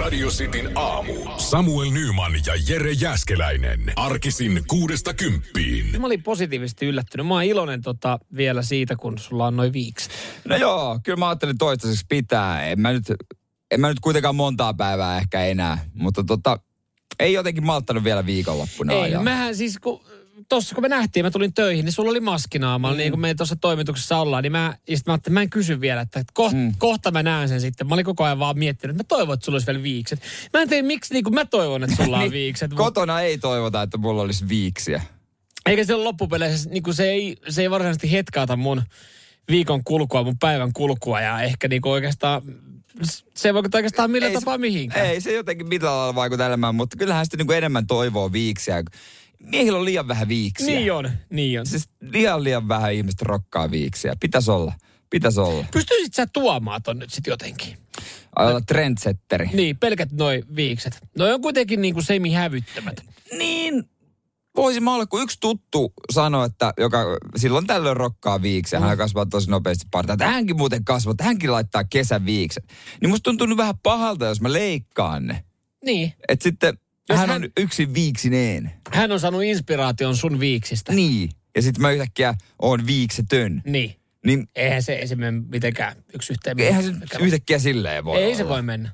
Radio Cityn aamu. Samuel Nyman ja Jere Jäskeläinen. Arkisin kuudesta kymppiin. Mä olin positiivisesti yllättynyt. Mä oon iloinen tota vielä siitä, kun sulla on noin viiksi. No joo, kyllä mä ajattelin toistaiseksi pitää. En mä nyt, en mä nyt kuitenkaan montaa päivää ehkä enää, mutta tota, ei jotenkin malttanut vielä viikonloppuna Ei, ajaa. mähän siis kun... Tossa kun me nähtiin, mä tulin töihin, niin sulla oli maskinaamalla, mm. niin kuin me tuossa toimituksessa ollaan, niin mä, ja sit mä ajattelin, mä en kysy vielä, että kohta, mm. kohta mä näen sen sitten. Mä olin koko ajan vaan miettinyt, että mä toivon, että sulla olisi vielä viikset. Mä en tiedä, miksi niin kuin mä toivon, että sulla on viikset. mut- Kotona ei toivota, että mulla olisi viiksiä. Eikä se loppupeleissä, niin kuin se, ei, se ei varsinaisesti hetkaata mun viikon kulkua, mun päivän kulkua ja ehkä niin kuin oikeastaan, se ei vaikuta oikeastaan millään ei, tapaa se- mihinkään. Ei se jotenkin mitään lailla vaikuta elämään, mutta kyllähän sitä niinku enemmän toivoo viiksiä. Miehillä on liian vähän viiksiä. Niin on, niin on. Siis liian liian vähän ihmiset rokkaa viiksiä. Pitäis olla. Pitäis olla. Pystyisit sä tuomaan ton nyt sit jotenkin? Olla trendsetteri. Niin, pelkät noi viikset. No on kuitenkin niinku semihävyttömät. niin voisin mä olla, kun yksi tuttu sanoi, että joka silloin tällöin rokkaa viiksen, Mm. hän kasvaa tosi nopeasti partaa. Että hänkin muuten kasvattaa, hänkin laittaa kesäviiksen. Niin musta tuntuu nyt vähän pahalta, jos mä leikkaan ne. Niin. Et sitten Jos jos hän, hän- hän, on yksin viiksineen. Hän on saanut inspiraation sun viiksistä. Niin. Ja sitten mä yhtäkkiä oon viiksetön. Niin. Niin Eihän se, ei se mene mitenkään yksi yhteen. eihän se nyt yhtäkkiä silleen voi Ei olla. se voi mennä.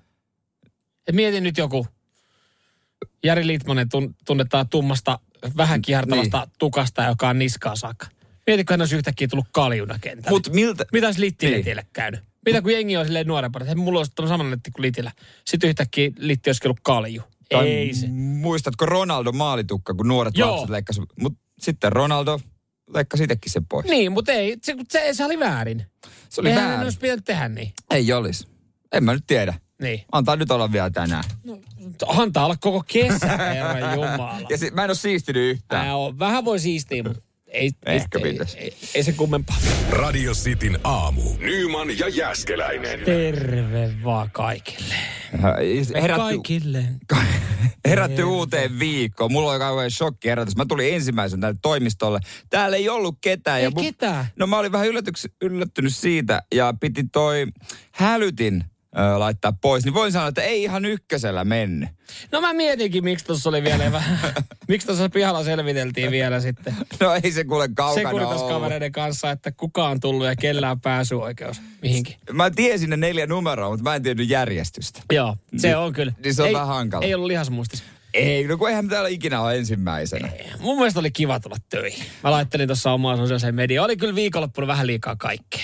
Et mieti nyt joku. Jari Litmanen tun, tunnetaan tummasta, vähän kihartavasta niin. tukasta, joka on niskaa saakka. Mietitkö hän olisi yhtäkliä tullut kaljuna kentälle? Mut miltä... Mitä olisi Littille Niin. niin. käynyt? Mitä kun jengi on silleen nuorempana? että Mulla olisi tämä sama netti kuin Litillä. Sitten yhtäkkiä Litti olisi ollut kalju. Tai Ei se. Muistatko Ronaldo maalitukka, kun nuoret Joo. lapset leikkasivat? Mutta sitten Ronaldo leikkasi itsekin sen pois. Niin, mutta ei. Se, se, se oli väärin. Se oli Eihän väärin. hän olisi pitänyt tehdä niin. Ei olis. En mä nyt tiedä. Niin. Antaa nyt olla vielä tänään. No. Antaa olla koko kesä, herra jumala. Ja sit, mä en oo siistynyt yhtään. Tää on, vähän voi siistiä, mutta ei, ei, Ehkä ei, pitäisi. ei, ei, se kummempaa. Radio Cityn aamu. Nyman ja Jäskeläinen. Terve vaan kaikille. Äh, Herätty, Kaikille. herätty uuteen viikkoon. Mulla oli kauhean shokki herätys. Mä tulin ensimmäisen tänne toimistolle. Täällä ei ollut ketään. Ei mun- ketään. No mä olin vähän yllätyks, yllättynyt siitä ja piti toi hälytin ö, laittaa pois. Niin voin sanoa, että ei ihan ykkösellä mennyt. No mä mietinkin, miksi tuossa oli vielä vähän, miksi tuossa pihalla selviteltiin vielä sitten. No ei se kuule kaukana Sekuritas ollut. kavereiden kanssa, että kuka on tullut ja kellä on pääsyoikeus mihinkin. Mä tiesin ne neljä numeroa, mutta mä en tiennyt järjestystä. Joo, se on kyllä. Mm. Niin se on ei, vähän hankala. Ei ollut lihasmuistissa. Ei, no kun eihän täällä ikinä ole ensimmäisenä. Mun mielestä oli kiva tulla töihin. Mä laittelin tuossa omaa sosiaaliseen mediaan. Oli kyllä viikonloppuna vähän liikaa kaikkea.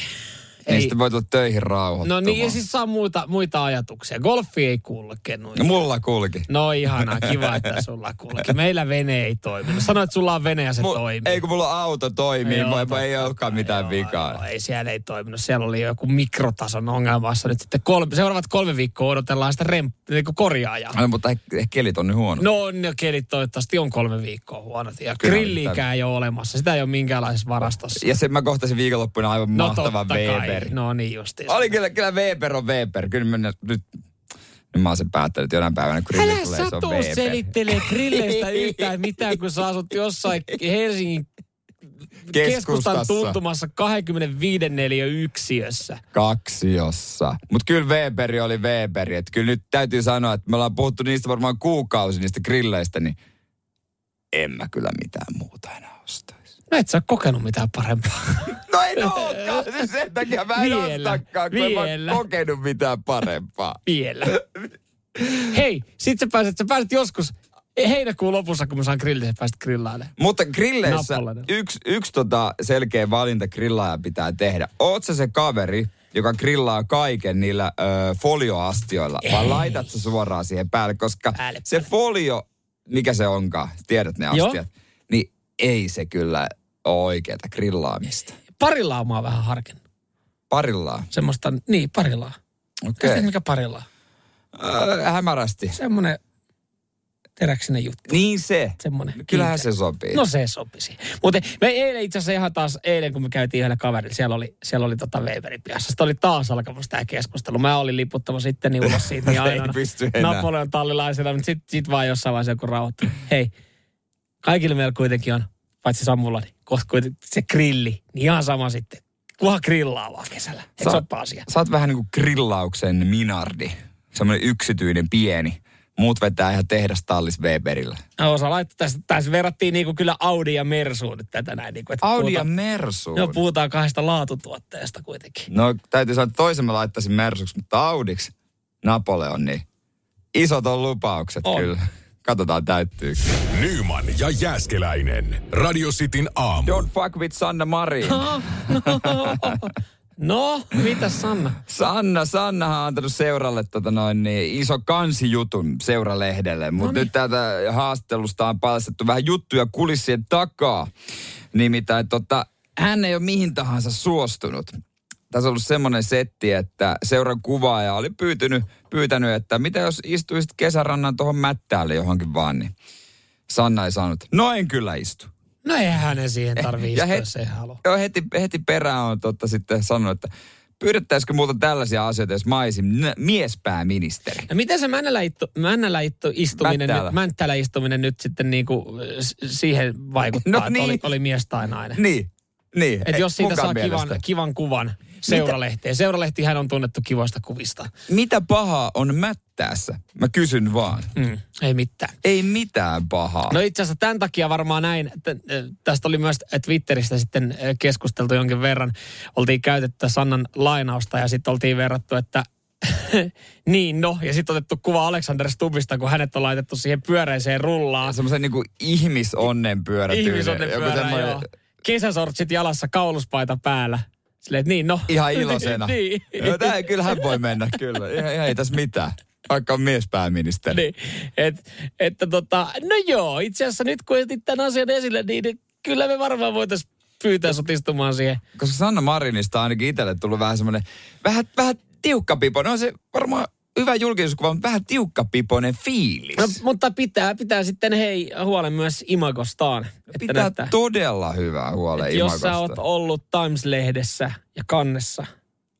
Niin sitten voi tulla töihin No rauhoittumaan. niin, ja siis saa muita, muita ajatuksia. Golfi ei kulkenut. No Mulla kulki. No ihanaa, kiva, että sulla kulki. Meillä vene ei toiminut. Sanoit, että sulla on vene ja se Mu- toimii. ei kun mulla auto toimii, Joo, joo, mä, totta mä ei olekaan mitään joo, vikaa. Joo, ei, siellä ei toiminut. Siellä oli joku mikrotason ongelmassa. Nyt sitten kolme, seuraavat kolme viikkoa odotellaan sitä rem, niin kuin korjaajaa. No, mutta ehkä ehkä kelit on nyt huono. No ne kelit toivottavasti on kolme viikkoa huonot. Ja Kyllä, grilliikään ei ole olemassa. Sitä ei ole minkäänlaisessa varastossa. Ja sen mä kohtasin viikonloppuna aivan no mahtava totta Weber. kai. No niin justiin. Oli kyllä, kyllä Weber on Weber. Kyllä mä nyt, nyt mä oon sen päättänyt jonain päivänä, kun Älä grilli tulee, se on satu Weber. selittelee grilleistä yhtään mitään, kun sä asut jossain Helsingin keskustan Keskustassa. tuntumassa 25 neliö yksiössä. Kaksiossa. Mutta kyllä Weber oli Weber. Et kyllä nyt täytyy sanoa, että me ollaan puhuttu niistä varmaan kuukausi, niistä grilleistä, niin en mä kyllä mitään muuta enää ostaisi. No et sä oo kokenut mitään parempaa. No ei olekaan. Siis sen takia mä en Vielä, ostakaan, kun en mä vielä. oon kokenut mitään parempaa. Vielä. Hei, sit sä pääset, sä pääset joskus heinäkuun lopussa, kun mä saan grillin, sä pääset grillailemaan. Mutta grilleissä Nappalainen. yksi, yksi tota selkeä valinta grillaaja pitää tehdä. Oot sä se kaveri, joka grillaa kaiken niillä ö, folioastioilla, vai laitat sä suoraan siihen päälle, koska Päälle, se folio, mikä se onkaan, tiedät ne Joo. astiat, niin ei se kyllä ole oikeata grillaamista. Parilaa mä oon vähän harkinnut. Parillaan. Semmoista, niin parilaa. Okei. Okay. mikä parilaa? Ö, hämärästi. Semmonen teräksinen juttu. Niin se. Semmonen. Kyllähän kiinteä. se sopii. No se sopisi. Mutta me eilen itse asiassa ihan taas, eilen kun me käytiin yhdellä kaverilla, siellä oli, siellä oli tota Weberin pihassa. Sitten oli taas alkamassa tämä keskustelu. Mä olin liputtamassa itteni ulos siitä niin Ei aina. pysty enää. Napoleon tallilaisena, mutta sitten sit vaan jossain vaiheessa joku rauhoittuu. Hei, kaikilla meillä kuitenkin on, paitsi Samulla, niin kohta kuitenkin se grilli. Niin ihan sama sitten. Kuha grillaa vaan kesällä. Eikö Sa- se ole asia? Sä oot vähän niin kuin grillauksen niinku minardi. semmoinen yksityinen pieni. Muut vetää ihan tehdastallis Weberillä. No, osa laittaa tässä, tässä verrattiin niinku kyllä Audi ja Mersuun nyt tätä näin. Niinku, että Audi ja puhutaan- Mersu. Joo, puhutaan kahdesta laatutuotteesta kuitenkin. No täytyy sanoa, että toisen mä laittaisin Mersuksi, mutta Audiksi Napoleon, niin isot on lupaukset On. kyllä. Katsotaan täyttyy. Nyman ja Jääskeläinen. Radio Cityn aamu. Don't fuck with Sanna Marin. No, mitä Sanna? Sanna, Sannahan on antanut seuralle tota noin, niin iso kansijutun seuralehdelle, mutta nyt täältä haastelusta on paljastettu vähän juttuja kulissien takaa. Nimittäin tota, hän ei ole mihin tahansa suostunut. Tässä on ollut semmoinen setti, että seuran kuvaaja oli pyytynyt, pyytänyt, että mitä jos istuisit kesärannan tuohon mättäälle johonkin vaan, niin Sanna ei saanut. No en kyllä istu. No eihän ne siihen tarvii Ja istua, he- jos ei halua. Joo, heti, heti perään on totta sitten sanonut, että pyydettäisikö multa tällaisia asioita, jos mä olisin n- miespääministeri. No miten se männällä, ittu, männällä ittu, istuminen, Mänttäällä. nyt, mänttäällä istuminen nyt sitten niinku, s- siihen vaikuttaa, No no, niin. että oli, niin. oli mies tai nainen? Niin, niin. Et ei, jos siitä mukaan saa kivan, mielestä. kivan kuvan seuralehteen. Seuralehtihän on tunnettu kivoista kuvista. Mitä pahaa on mättäässä? Mä kysyn vaan. Mm, ei mitään. Ei mitään pahaa. No itse asiassa tämän takia varmaan näin, että ö, tästä oli myös äh, Twitteristä sitten ö, keskusteltu jonkin verran. Oltiin käytetty Sannan lainausta ja sitten oltiin verrattu, että niin no. Ja sitten otettu kuva Alexander Stubista, kun hänet on laitettu siihen pyöreiseen rullaan. Semmoisen niinku ihmisonnen pyörätyyli. Ihmisonnen Joku pyörää, semmoinen- joo. Kesäsortsit jalassa, kauluspaita päällä. Silleen, että niin no. Ihan iloisena. niin. Joo, tää, kyllähän voi mennä, kyllä. Ihan, ihan ei tässä mitään. Vaikka on miespääministeri. niin. Et, että tota, no joo, itse asiassa nyt kun otit tämän asian esille, niin kyllä me varmaan voitaisiin pyytää sut istumaan siihen. koska Sanna Marinista on ainakin itselle tullut vähän semmoinen, vähän, vähän tiukka pipo. No on se varmaan hyvä julkisuuskuva, mutta vähän tiukka pipoinen fiilis. No, No, mutta pitää, pitää sitten hei huolen myös imagostaan. Että Pitää näyttää- todella hyvää huolta että jos sä oot ollut Times-lehdessä ja kannessa,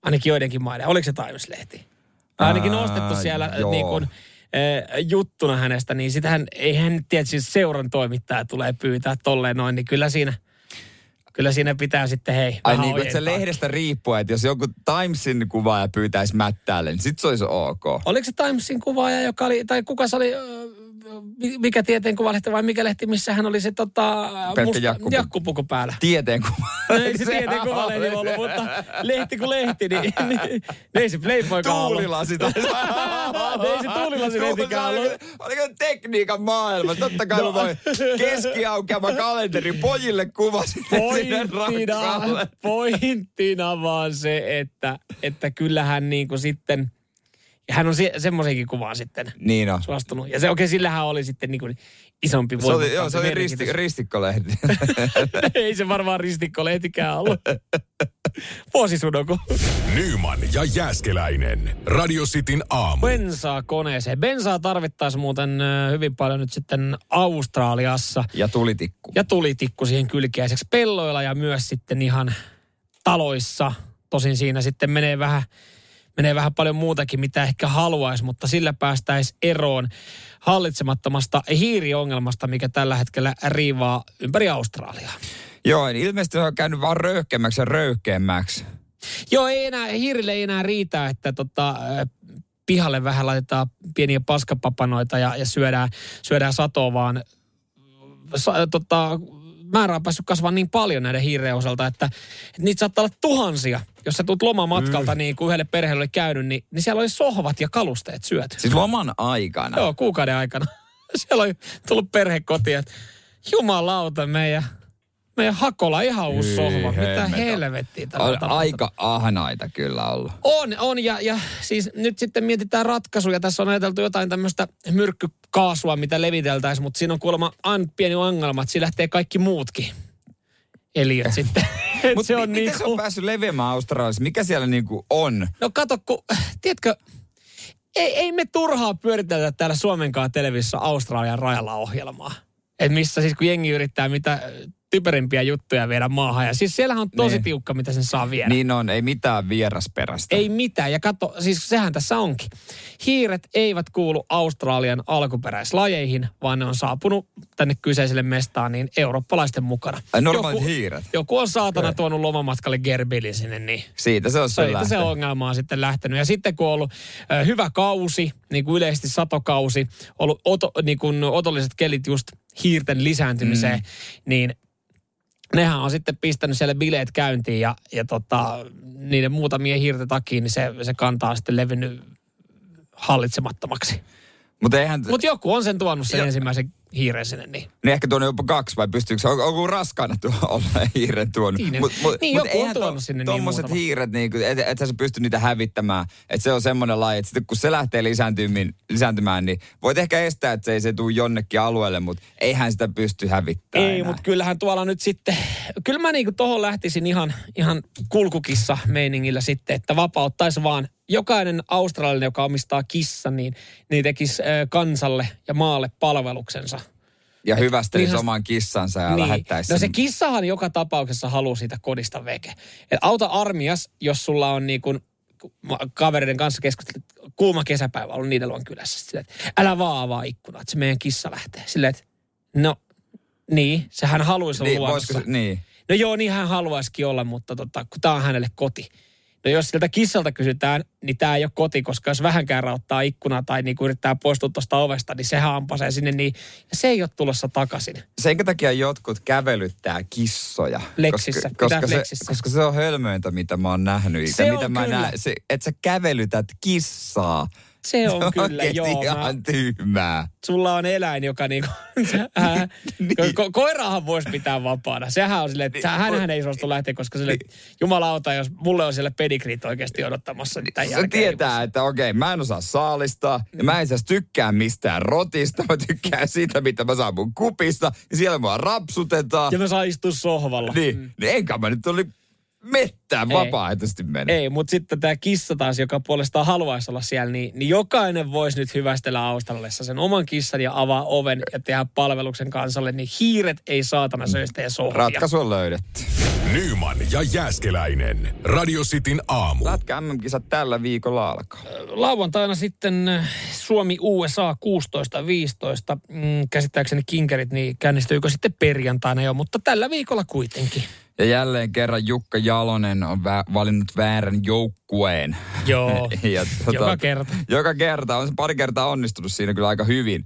ainakin joidenkin maiden, oliko se Times-lehti? Tai Ainakin Ää, nostettu siellä äh, joo. niin kuin, äh, juttuna hänestä, niin sitähän, eihän tietysti seuran toimittaja tulee pyytää tolleen noin, niin kyllä siinä, kyllä siinä pitää sitten hei Ai vähän niin, kuin, että se ojentaa. lehdestä riippuu, että jos joku Timesin kuvaaja pyytäisi mättäälle, niin sit se olisi ok. Oliko se Timesin kuvaaja, joka oli, tai kuka se oli, ö, mi- mikä tieteen kuvalehti vai mikä lehti, missä hän oli se tota, Pelkkä jakkupu- jakkupuku päällä? Tieteen kuva. No ei se tieteen kuvalehti ollut, mutta lehti kuin lehti, niin, niin, niin ei se Playboy Tuulilasi taisi Ei se tuulilasi lehtikään ollut. Oliko- Oliko tekniikan maailma? Totta kai No. no. voi keskiaukeama kalenteri pojille kuvasi sinne Pointtina, rakkaalle. pointtina vaan se, että, että kyllähän niin kuin sitten, ja hän on se, semmoisenkin kuvaan sitten Niin on. suostunut. Ja se okei, okay, sillähän oli sitten niin kuin isompi Se oli, voimakkaampi joo, se oli merkitys. risti, ristikkolehti. Ei se varmaan ristikkolehtikään ollut. Vuosisudoku. Nyman ja Jääskeläinen. Radio Cityn aamu. Bensaa koneeseen. Bensaa tarvittaisiin muuten ö, hyvin paljon nyt sitten Australiassa. ja tulitikku. Ja tulitikku siihen kylkiäiseksi pelloilla ja myös sitten ihan taloissa. Tosin siinä sitten menee vähän, menee vähän paljon muutakin, mitä ehkä haluaisi, mutta sillä päästäisiin eroon hallitsemattomasta hiiriongelmasta, mikä tällä hetkellä riivaa ympäri Australiaa. Joo, niin ilmeisesti se on käynyt vaan röyhkeämmäksi ja röyhkeämmäksi. Joo, ei enää, hiirille ei enää riitä, että tota, äh, pihalle vähän laitetaan pieniä paskapapanoita ja, ja syödään, syödään satoa, vaan sa, äh, tota, määrä on päässyt kasvamaan niin paljon näiden hiireen osalta, että, että niitä saattaa olla tuhansia. Jos sä tulet lomamatkalta, mm. niin kuin yhdelle perheelle oli käynyt, niin, niin siellä oli sohvat ja kalusteet syöty. Siis loman aikana. Joo, kuukauden aikana. Siellä on tullut perhe kotiin, että jumalauta meidän, meidän hakola ihan uusi Hyi sohva. Mitä hemmeta. helvettiä tällä on aika ahnaita kyllä ollut. on, on ja, ja siis nyt sitten mietitään ratkaisuja. Tässä on ajateltu jotain tämmöistä myrkkykaasua, mitä leviteltäisiin, mutta siinä on kuulemma an, pieni ongelma, että siinä lähtee kaikki muutkin eliöt sitten. Et Mutta se on miten niin se on päässyt leviämään Australiassa? Mikä siellä niinku on? No kato, kun, tiedätkö, ei, ei me turhaa pyöritetä täällä Suomenkaan televisiossa Australian rajalla ohjelmaa. Et missä siis kun jengi yrittää mitä typerimpiä juttuja viedä maahan. Ja siis siellähän on tosi Niin. tiukka, mitä sen saa viedä. Niin on, ei mitään vierasperästä. Ei mitään. Ja kato, siis sehän tässä onkin. Hiiret eivät kuulu Australian alkuperäislajeihin, vaan ne on saapunut tänne kyseiselle mestaan niin eurooppalaisten mukana. Ai, normaalit hiiret. Joku on saatana tuonut lomamatkalle gerbilin sinne, niin Siitä se on se, se että se ongelma on sitten lähtenyt. Ja sitten kun on ollut ö, hyvä kausi, niin kuin yleisesti satokausi, ollut oto, niin kuin otolliset kelit just hiirten lisääntymiseen, mm. niin nehän on sitten pistänyt siellä bileet käyntiin ja, ja tota, niiden muutamien hiirten takia niin se, se kantaa sitten levinnyt hallitsemattomaksi. Mutta eihän... Mutta joku on sen tuonut sen Ja- ensimmäisen hiiren sinne, niin Niin ehkä tuonne jopa kaksi vai pystyykö se, on, onko raskaana tuo olla hiiren tuonut? Niin, niin, joku on tuonut sinne niin Tuommoiset muutama. hiiret, niin, et, et, sä pysty niitä hävittämään. Että se on semmoinen laji, että sitten kun se lähtee lisääntymään, lisääntymään, niin voit ehkä estää, että se ei se tule jonnekin alueelle, mutta eihän sitä pysty hävittämään Ei, enää. mutta kyllähän tuolla nyt sitten, kyllä mä niinku tohon lähtisin ihan, ihan kulkukissa meiningillä sitten, että vapauttaisi vaan jokainen australialainen, joka omistaa kissan, niin, niin tekisi ö, kansalle ja maalle palveluksensa. Ja hyvästelisi niin se- oman kissansa ja niin. Niin. lähettäisi No se sen- kissahan joka tapauksessa haluaa siitä kodista veke. Et auta armias, jos sulla on niin kun, mä kavereiden kanssa keskustelut, kuuma kesäpäivä ollut niiden luon kylässä. Silleen, että älä vaan avaa ikkunaa, että se meidän kissa lähtee. Silleen, että no niin, sehän haluaisi olla niin, luonnossa. voisiko, se- niin. No joo, niin hän haluaisikin olla, mutta tota, kun tämä on hänelle koti. No jos siltä kissalta kysytään, niin tämä ei ole koti, koska jos vähänkään rauttaa ikkunaa tai niinku yrittää poistua tuosta ovesta, niin sehän ampasee sinne, niin ja se ei ole tulossa takaisin. Senkä takia jotkut kävelyttää kissoja. Leksissä, Koska, koska, pitää se, Leksissä. koska se on hölmöintä, mitä mä oon nähnyt. Se ikä- on mitä mä kyllä. näen, se, että sä kävelytät kissaa. Se on kyllä, oikeesti joo. Mä, No, niin ihan tyhmää. sulla on eläin, joka niinku, äh, niin. ko- koiraahan voisi pitää vapaana. Sehän on silleen, että Niin, hänhän voi- niin. ei suostu lähteä, koska sille, jumalauta, jos mulle on siellä pedigriit oikeasti odottamassa. Niin, Se tietää, että okei, mä en osaa saalistaa, Mm. ja mä en siis tykkää mistään rotista, mä tykkään siitä, mitä mä saan mun kupista, ja siellä mua rapsutetaan. Ja mä saan istua sohvalla. Niin, niin enkä mä nyt oli mettään Ei. vapaaehtoisesti mennä. Ei, mutta sitten tämä kissa taas, joka puolestaan haluaisi olla siellä, niin, niin jokainen voisi nyt hyvästellä Australiassa sen oman kissan ja avaa oven ja tehdä palveluksen kansalle, niin hiiret ei saatana söistä ja sohvia. Ratkaisu on löydetty. Nyman ja Jääskeläinen. Radio Cityn aamu. Lätkä MM-kisat tällä viikolla alkaa. Lauantaina sitten äh, Suomi-USA 16-15. Mm, käsittääkseni kinkerit, niin käynnistyykö sitten perjantaina jo, mutta tällä viikolla kuitenkin. Ja jälleen kerran Jukka Jalonen on vä- valinnut väärän joukkueen. Joo, Ja tota- joka kerta. Joka kerta, on se pari kertaa onnistunut siinä kyllä aika hyvin.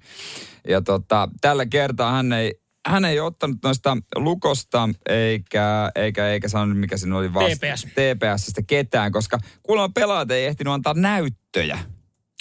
Ja tota, tällä kertaa hän ei, hän ei ottanut noista lukosta, eikä, eikä, eikä sanonut mikä siinä oli vasta. TPS. TPSistä ketään, koska kuulemma pelaajat ei ehtinyt antaa näyttöjä.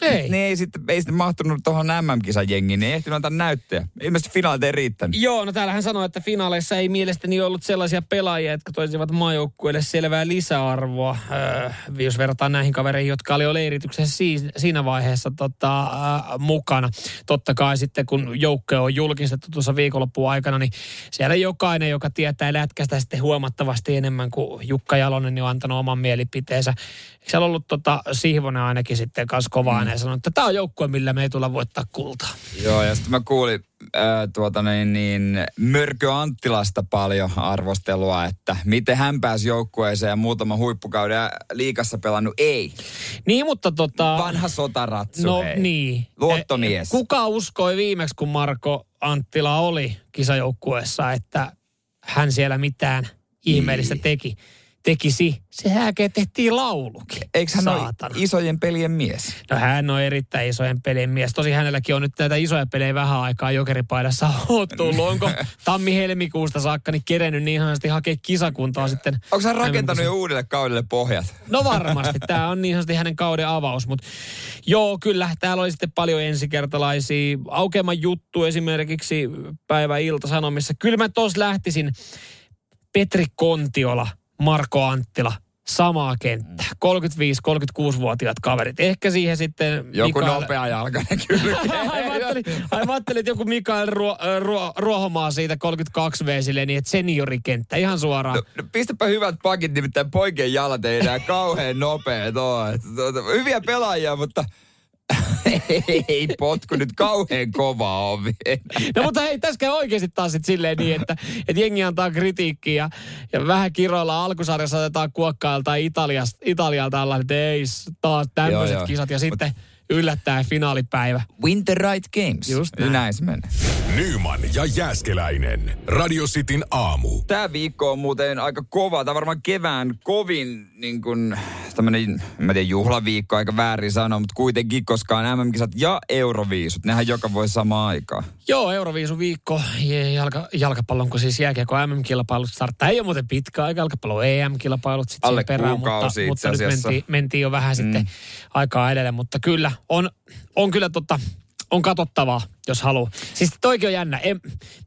Ei. Ne ei sitten, ei sitten mahtunut tuohon MM-kisajengiin, ne ei ehtinyt antaa näyttöjä. Ilmeisesti finaalit ei riittänyt. Joo, no täällähän sanoi, että finaaleissa ei mielestäni ollut sellaisia pelaajia, jotka toisivat maajoukkueelle selvää lisäarvoa. Öö, jos verrataan näihin kavereihin, jotka oli jo leirityksessä si- siinä vaiheessa tota, äh, mukana. Totta kai sitten, kun joukkue on julkistettu tuossa viikonlopun aikana, niin siellä jokainen, joka tietää lätkästä sitten huomattavasti enemmän kuin Jukka Jalonen, niin on antanut oman mielipiteensä. Eikö Siellä on ollut tota, Sihvonen ainakin sitten kanssa kovaa mm. ja sanonut, että tämä on joukkue, millä me ei tulla voittaa kultaa. Joo, ja sitten mä kuulin äh, tuota niin, niin, Mörkö Anttilasta paljon arvostelua, että miten hän pääsi joukkueeseen ja muutama huippukauden liikassa pelannut. Ei. Niin, mutta tota... Vanha sotaratsu, No hei. niin. Luottomies. Eh, Kuka uskoi viimeksi, kun Marko Anttila oli kisajoukkueessa, että hän siellä mitään ihmeellistä Niin. teki? tekisi. Se hääkeen tehtiin laulukin. Eikö hän ole Saatana. isojen pelien mies? No hän on erittäin isojen pelien mies. Tosi hänelläkin on nyt näitä isoja pelejä vähän aikaa jokeripaidassa on tullut. Onko tammi-helmikuusta saakka niin kerennyt niin ihanasti hakea kisakuntaa sitten? Onko hän MM-kisoihin? rakentanut jo uudelle kaudelle pohjat? No varmasti, tämä on niin sanotusti hänen kauden avaus, mutta joo, kyllä, täällä oli sitten paljon ensikertalaisia. Aukeman juttu esimerkiksi päivä ilta sanomissa. Kyllä mä tos lähtisin Petri Kontiola, Marko Anttila, samaa kenttää. Mm. 35-36-vuotiaat kaverit. Ehkä siihen sitten Joku Mikael- nopea jalkainen kyllä. Ai mä ajattelin, ai mä ajattelin, että joku Mikael Ruo, Ruo, Ruohomaa siitä 32 v silleen, niin että seniorikenttä ihan suoraan. No, no pistäpä hyvät pakit, nimittäin poikien jalat ei enää kauhean nopeet ole. Et, tuota, Hyviä pelaajia, mutta ei potku nyt kauhean kovaa on vielä. No mutta hei, tässä käy oikeasti taas sit silleen niin, että, että jengi antaa kritiikkiä ja, ja vähän kiroilla alkusarjassa otetaan kuokkailta Italiasta, Italialta alla, että ei, taas Joo, joo. tämmöiset kisat ja sitten yllättäen finaalipäivä. Win the right games. Just näin. Niin näin se menee. Nyman ja Jääskeläinen. Radio Cityn aamu. Tämä viikko on muuten aika kova. Tämä on varmaan kevään kovin niin kuin, tämmönen, mä en tiedä, juhlaviikko, aika väärin sanoa, mutta kuitenkin, koska on MM-kisat ja euroviisut. Nehän joka voi samaan aikaan. Joo, Euroviisun viikko, ja jalka, jalkapallon, kun siis jääkiekko MM-kilpailut starttaa. Ei ole muuten pitkä aika, jalkapallo E EM-kilpailut sitten Alle perään, mutta, kuukausi itse mutta nyt asiassa. mentiin, mentiin, jo vähän sitten aikaa edelle. Mutta kyllä, on, on kyllä totta, on katsottavaa, jos haluaa. Siis toikin on jännä. En,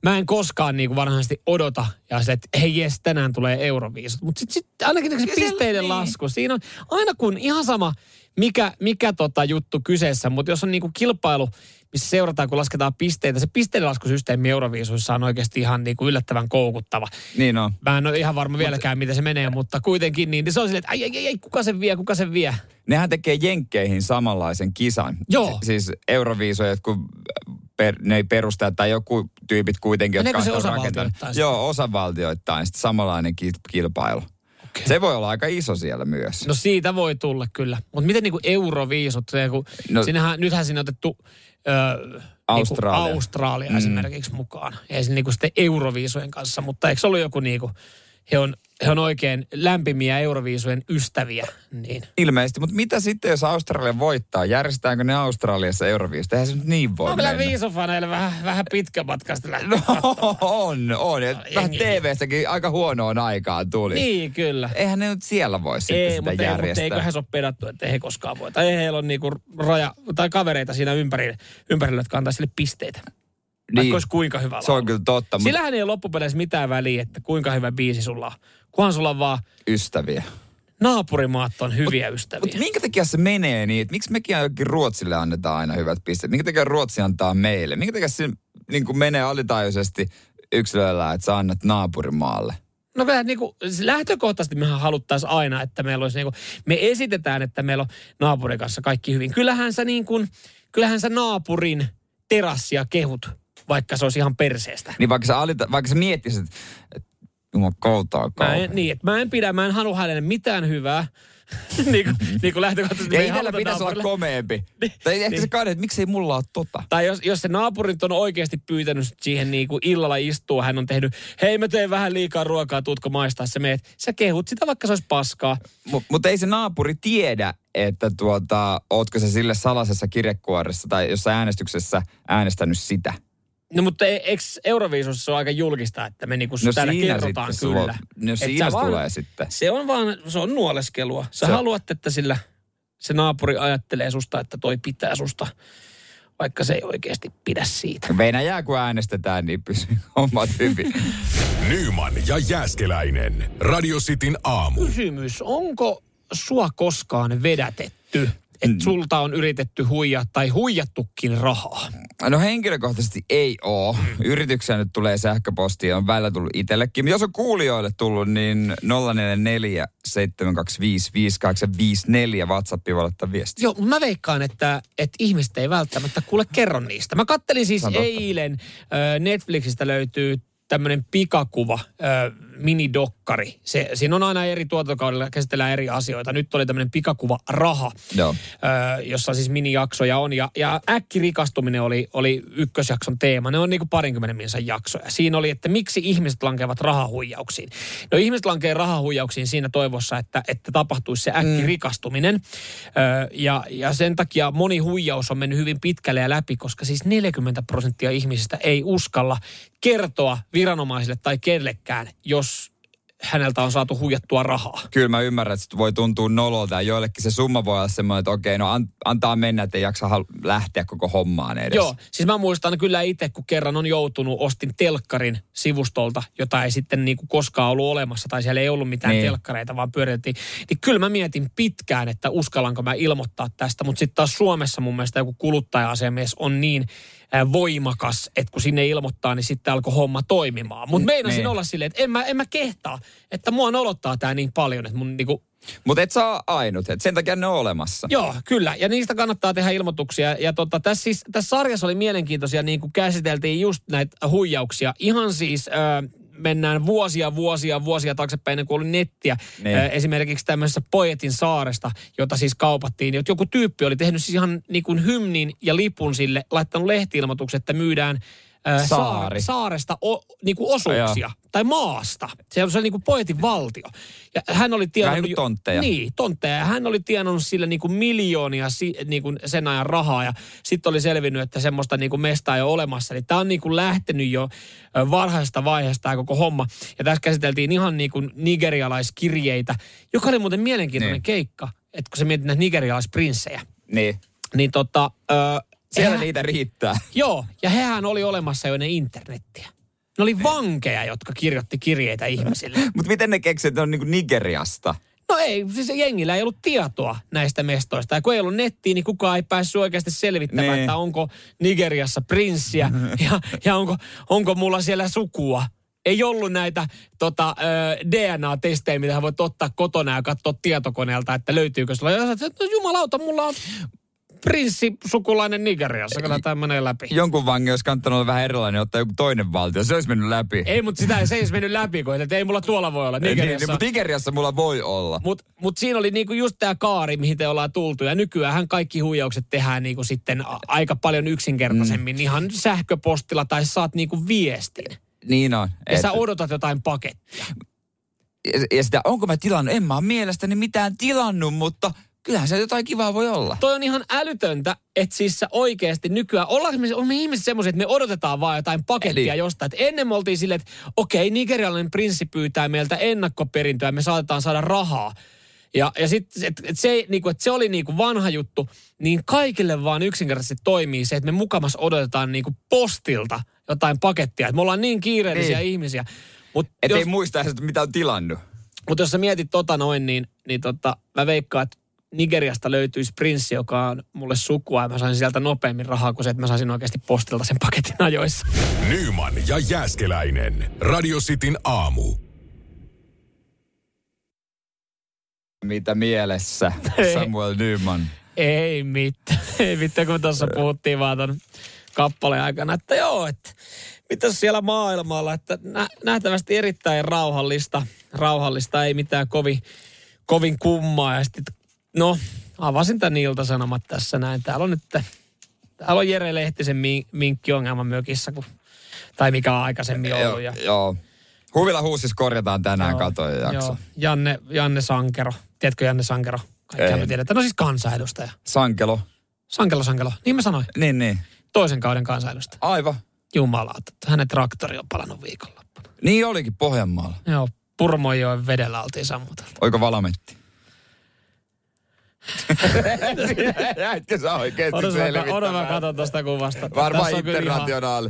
mä en koskaan niin kuin vanhasti odota ja sille, että hei jes, tänään tulee Euroviisut. Mutta sitten sit, ainakin se siellä- pisteiden niin. lasku. Siinä on aina kun ihan sama, mikä, mikä tota juttu kyseessä, mutta jos on niinku kilpailu, missä seurataan, kun lasketaan pisteitä, se pisteidenlaskusysteemi Euroviisuissa on oikeasti ihan niinku yllättävän koukuttava. Niin on. Mä en ole ihan varma vieläkään, miten se menee, mutta kuitenkin niin. niin Se on silleen, että ai, ai, ai, ai, kuka sen vie, kuka sen vie. Nehän tekee jenkkeihin samanlaisen kisan. Joo. Si- siis euroviisoja, jotkut per, ne ei perustaa tai joku tyypit kuitenkin, Meneekö jotka se on sitä rakentanut. osavaltioittain sitten? Joo, osavaltioittain. Sitten samanlainen ki- kilpailu. Okei. Se voi olla aika iso siellä myös. No siitä voi tulla kyllä. Mutta miten niinku euroviisut, se, kun No- no, sinnehän, nythän siinä on otettu ö, Australia. Niinku Australia mm. esimerkiksi mukaan. Ei se niinku sitten euroviisujen kanssa, mutta eikö se ollut joku niinku, he on, he on oikein lämpimiä euroviisujen ystäviä. Niin. Ilmeisesti, mutta mitä sitten, jos Australia voittaa? Järjestetäänkö ne Australiassa euroviisut? Eihän se nyt niin voi On No, kyllä mennä. viisufaneille vähän, vähän pitkä matka sitten lähteä No katsomaan. on, on. Ja Vähän Jengi- TV-stäkin aika huonoon aikaan tuli. No, Niin, kyllä. Eihän ne nyt siellä voi sitten Ei, sitä mutta, ei, mutta järjestää. eiköhän se ole pedattu, että ei he koskaan voi. Tai ei heillä ole niinku raja, tai kavereita siinä ympärillä, ympärillä jotka antaa sille pisteitä. Niin. Vaikka olisi kuinka hyvä se laulu. on kyllä totta, mutta Sillähän ei ole loppupeleissä mitään väliä, että kuinka hyvä biisi sulla on. Kunhan sulla on vaan ystäviä. naapurimaat on hyviä ystäviä. Mutta minkä takia se menee niin, että miksi mekin jokin Ruotsille annetaan aina hyvät pisteet? Minkä takia Ruotsi antaa meille? Minkä takia se niin kuin menee alitajuisesti yksilöllä, että sä annat naapurimaalle? No kyllähän niinku, siis lähtökohtaisesti mehän haluttaisiin aina, että meillä olisi niinku, me esitetään, että meillä on naapurin kanssa kaikki hyvin. Kyllähän sä niin kuin, kyllähän sä naapurin terassia kehut, vaikka se olisi ihan perseestä. Niin vaikka sä, alita, vaikka sä miettisit, että et, juman koutaa Mä en, niin, että mä en pidä, mä en halua hänelle mitään hyvää. niin kuin, niin kuin lähtökohtaisesti. Ja me ei itsellä haluta Niin, pitäisi olla naapurille. komeempi. tai ehkä se kahden, että miksei mulla ole tota. Tai jos, jos se naapurit on oikeasti pyytänyt sut siihen niin kuin illalla istua, hän on tehnyt, hei mä tein vähän liikaa ruokaa, tuutko maistaa se meet. Sä kehut sitä, vaikka se olisi paskaa. Mutta mut ei se naapuri tiedä, että tuota, ootko sä sille salaisessa kirjekuoressa tai jossain äänestyksessä äänestänyt sitä. No mutta e- eikö Euroviisussa se ole aika julkista, että me niinku no täällä kerrotaan sitten kyllä. sulla- no Et siinä sä vaan- tulee sitten. Se on vaan, se on nuoleskelua. Sä Se- se... haluat, että sillä se naapuri ajattelee susta, että toi pitää susta, vaikka se ei oikeasti pidä siitä. Venäjää kun äänestetään, niin pysyy hommat hyvin. Nyman ja Jääskeläinen. Radio Cityn aamu. Kysymys, onko sua koskaan vedätetty? Mm. Että sulta on yritetty huijaa tai huijattukin rahaa. No henkilökohtaisesti ei oo. Mm. Yrityksiä nyt tulee sähköpostia, on välillä tullut itsellekin. Mutta Jos on kuulijoille tullut, niin 044 725 5854 WhatsAppiin voi laittaa viesti. Joo, mut mä veikkaan, että, että ihmiset ei välttämättä kuule kerro niistä. Mä kattelin siis Se on totta. eilen, ö, Netflixistä löytyy tämmöinen pikakuva, ö, minidokkari. Se, siinä on aina eri tuotantokaudella, käsitellään eri asioita. Nyt oli tämmöinen pikakuva Raha, Joo. ö, jossa siis minijaksoja on. Ja, ja äkkirikastuminen oli, oli ykkösjakson teema. Ne on niinku parinkymmenen minsan jaksoja. Siinä oli, että miksi ihmiset lankeavat rahahuijauksiin. No ihmiset lankee rahahuijauksiin siinä toivossa, että, että tapahtuisi se äkkirikastuminen. Ö, ja, ja sen takia moni huijaus on mennyt hyvin pitkälle ja läpi, koska siis 40 prosenttia ihmisistä ei uskalla kertoa viranomaisille tai kellekään, jos häneltä on saatu huijattua rahaa. Kyllä mä ymmärrän, että se voi tuntua nololta ja joillekin se summa voi olla semmoinen, että okei, no an- antaa mennä, että ei jaksa hal- lähteä koko hommaan edes. Joo, siis mä muistan kyllä itse, kun kerran on joutunut, ostin telkkarin sivustolta, jota ei sitten niin kuin koskaan ollut olemassa, tai siellä ei ollut mitään Niin. niin. telkkareita, vaan pyöriteltiin. Niin kyllä mä mietin pitkään, että uskallanko mä ilmoittaa tästä, mutta sitten taas Suomessa mun mielestä joku kuluttaja-asiamies on niin äh, voimakas, että kun sinne ilmoittaa, niin sitten alkoi homma toimimaan. Mutta meinasin niin. olla silleen, että en mä, en mä kehtaa, että mua nolottaa tämä niin paljon, että mun niinku Mutta et saa ainut, et sen takia ne on olemassa. Joo, kyllä. Ja niistä kannattaa tehdä ilmoituksia. Ja tota, tässä, siis, tässä sarjassa oli mielenkiintoisia, niin kuin käsiteltiin just näitä huijauksia. Ihan siis... Ö, mennään vuosia, vuosia, vuosia taaksepäin ennen kuin oli nettiä. Niin. Ö, Esimerkiksi tämmöisessä Poetin saaresta, jota siis kaupattiin. Että joku tyyppi oli tehnyt siis ihan niin kuin hymnin ja lipun sille, laittanut lehtiilmoituksen, että myydään ö, saar- Saari. saaresta o, niin kuin osuuksia. Tai maasta. Se oli, se oli niin kuin Poetin valtio. Ja hän oli Vähän niin kuin tontteja. Niin, tontteja. Ja Hän oli tienannut sillä niin kuin miljoonia si, niin kuin sen ajan rahaa ja sitten oli selvinnyt, että semmoista niin kuin mestaa ei ole olemassa. Eli tämä on niin kuin lähtenyt jo ö, varhaisesta vaiheesta tämä koko homma. Ja tässä käsiteltiin ihan niin kuin nigerialaiskirjeitä, joka oli muuten mielenkiintoinen Niin. keikka, että kun sä mietit näitä nigerialaisprinssejä, Niin. niin tota... Ö, Siellä eihän- niitä riittää. Joo, ja hehän oli olemassa jo ennen internettiä. Ne oli vankeja, jotka kirjoitti kirjeitä ihmisille. Mutta miten ne keksii, että ne on niinku Nigeriasta? No ei, siis jengillä ei ollut tietoa näistä mestoista. Ja kun ei ollut nettiä, niin kukaan ei päässyt oikeasti selvittämään, Niin. että onko Nigeriassa prinssiä ja, ja onko, onko mulla siellä sukua. Ei ollut näitä tota, ö, DNA-testejä, mitä hän voit ottaa kotona ja katsoa tietokoneelta, että löytyykö sulla. Ja sä oot, että no jumalauta, mulla on prinssi sukulainen Nigeriassa. Kyllä tämä menee läpi. Jonkun vangin olisi kannattanut olla vähän erilainen, ottaa joku toinen valtio. Se olisi mennyt läpi. Ei, mutta sitä ei- se ei edes mennyt läpi, kun että ei mulla tuolla voi olla Nigeriassa. Niin, mutta Nigeriassa mulla voi olla. Mutta mut siinä oli niinku just tämä kaari, mihin te ollaan tultu. Ja nykyään kaikki huijaukset tehdään niinku sitten a- aika paljon yksinkertaisemmin. Mm. Ihan sähköpostilla tai saat niinku viestin. Niin on. Ja Et- sä odotat jotain pakettia. ja sitä, onko mä tilannut, en mä ole mielestäni mitään tilannut, mutta kyllähän se jotain kivaa voi olla. Toi on ihan älytöntä, että siis sä oikeasti nykyään, ollaanko me, on me ihmiset semmoisia, että me odotetaan vaan jotain pakettia Eli- jostain. Et ennen me oltiin silleen, että okei, nigerialainen prinssi pyytää meiltä ennakkoperintöä, me saatetaan saada rahaa. Ja, ja sitten, että et se, ei niinku, et se oli niinku vanha juttu, niin kaikille vaan yksinkertaisesti toimii se, että me mukamas odotetaan niinku postilta jotain pakettia. Et me ollaan niin kiireellisiä Niin. ihmisiä. Mutta Et ei muista edes, että mitä on tilannut. mutta jos sä mietit tota noin, niin, niin tota, mä veikkaan, että Nigeriasta löytyisi prinssi, joka on mulle sukua ja mä saisin sieltä nopeammin rahaa kuin se, että mä saisin oikeasti postilta sen paketin ajoissa. Nyman ja Jääskeläinen. Radio Cityn aamu. Mitä mielessä, Ei. Samuel Nyman? Ei mitään, ei mitään, kun tuossa puhuttiin vaan ton kappaleen aikana, että joo, että mitäs siellä maailmalla, että nä- nähtävästi erittäin rauhallista, rauhallista, ei mitään kovin, kovin kummaa ja sitten, no, avasin tän iltasanomat tässä näin, täällä on nyt, täällä on Jere Lehtisen min- minkkiongelma mökissä, kun, tai mikä on aikaisemmin ollut ja, joo. Huvila huusis korjataan tänään Joo, katoja jakso. joo. Janne, Janne Sankero, tiedätkö Janne Sankero? Kaikkihan En. me tiedetään, no siis kansanedustaja. Sankelo. Sankelo, Sankelo, niin mä sanoin Niin, niin. toisen kauden kansanedustaja. Aivan. Jumalauta, että hänen traktori on palannut viikonloppuna. Niin olikin Pohjanmaalla. Joo, Purmojoen vedellä oltiin sammuteltu. Oiko valametti? Näitkö sä oikeesti Odotan, mä, selvittämään? odotan, mä katon tuosta kuvasta. Varmaan Tässä on kyllä ihan internationaali.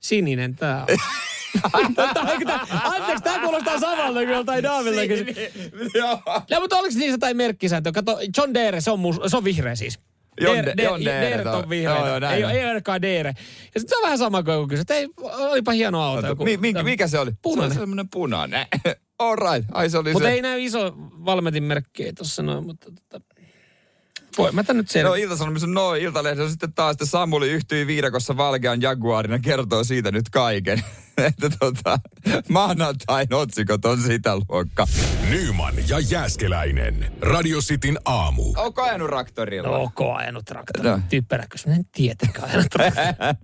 Sininen tää on. Tää- tää- tää- Anteeksi, tää kuulostaa samalta kuin joltain Daaviltakin. Joo. No, mutta oliko niissä jotain merkkisääntöä? Kato, John Deere, se on, mus, se on vihreä siis. John Deere- De- Deere- John Deere, Deere toi- on vihreä. joo, joo, näin ei, on. ei olekaan Deere. Ja sit se on vähän sama kuin joku kysyy, että ei, olipa hieno auto. joku- Mi- mi- mikä se oli? Punainen. Se oli semmonen punainen. All right. Ai se oli Mutta se. ei näy iso valmetin merkkiä tuossa noin, mutta tota... Voi, mä tän nyt sen. No Ilta-Sanomissa noin. Iltalehdessä sitten taas, että Samuli yhtyi viidakossa valkean jaguarina, kertoo siitä nyt kaiken. että tota, maanantain otsikot on sitä luokkaa. Nyman ja Jääskeläinen. Radio Cityn aamu. Onko ajanut traktorilla? No, onko ajanut traktori? No. No. Typerä kysymys. En tietenkään ajanut traktori.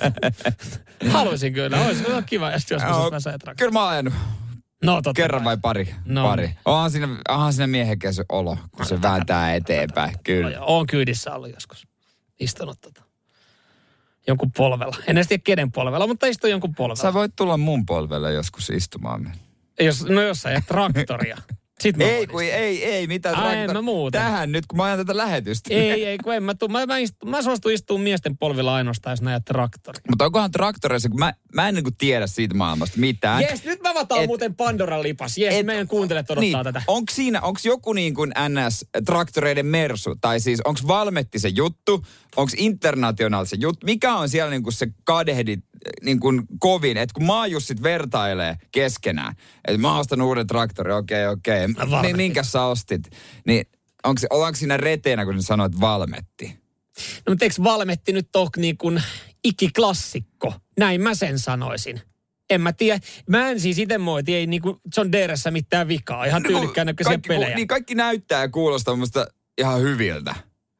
Haluaisin kyllä. Olisi kyllä kiva, jos joskus Joo, no, mä sain traktori. Kyllä mä oon ajanut. No totta Kerran kai. vai pari? No. Pari. Onhan siinä, onhan siinä miehekäs olo, kun se vääntää eteenpäin. No, Kyllä. joo, Oon kyydissä ollut joskus. Istunut tota. Jonkun polvella. En edes tiedä kenen polvella, mutta istun jonkun polvella. Sä voit tulla mun polvelle joskus istumaan. Jos, no jos sä ajat traktoria. Sit mä Ei, voin kun ei, ei, mitä Ai, traktor- no muuta. Tähän nyt, kun mä ajan tätä lähetystä. Ei, ei, kun en mä tuu. Mä, mä, istu, mä suostun istumaan miesten polvilla ainoastaan, jos näet traktori. Mutta onkohan traktoreissa, kun mä, mä en niinku tiedä siitä maailmasta mitään. Jes, nyt mä me avataan et- et, muuten Pandoran lipas. Jees, et- et, meidän kuuntelijat odottaa niin, niin, tätä. Onko siinä, onko joku niin kuin NS-traktoreiden mersu, tai siis onko Valmetti se juttu, onko international se juttu, mikä on siellä niin kuin se kadehdit niin kuin kovin, että kun maajussit vertailee keskenään, että mä ostan uuden traktorin, okei, okei, okay, Valmetti. minkä sä ostit, niin onko, ollaanko siinä reteenä, kun sä sanoit Valmetti? No, mutta eikö Valmetti nyt ole niin kuin ikiklassikko? Näin mä sen sanoisin. En mä tiedä. Mä en siis itse moiti, ei niinku John Deeressä mitään vikaa. Ihan kun tyylikkään näköisiä No, kaikki, pelejä. Ku, niin kaikki näyttää ja kuulostaa musta ihan hyviltä.